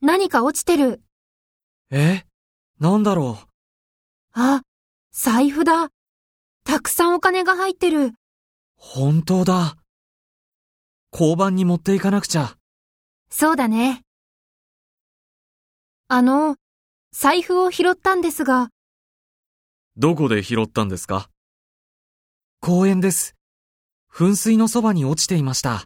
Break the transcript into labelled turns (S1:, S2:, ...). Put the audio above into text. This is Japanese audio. S1: 何か落ちてる。
S2: えなんだろ
S1: あ、財布だ。たくさんお金が入ってる。
S2: う。本当だ。交番に持っていかなくちゃ。
S1: そうだね。あの、財布を拾ったんですが、
S2: どこで拾ったんですか公園です。噴水のそばに落ちていました。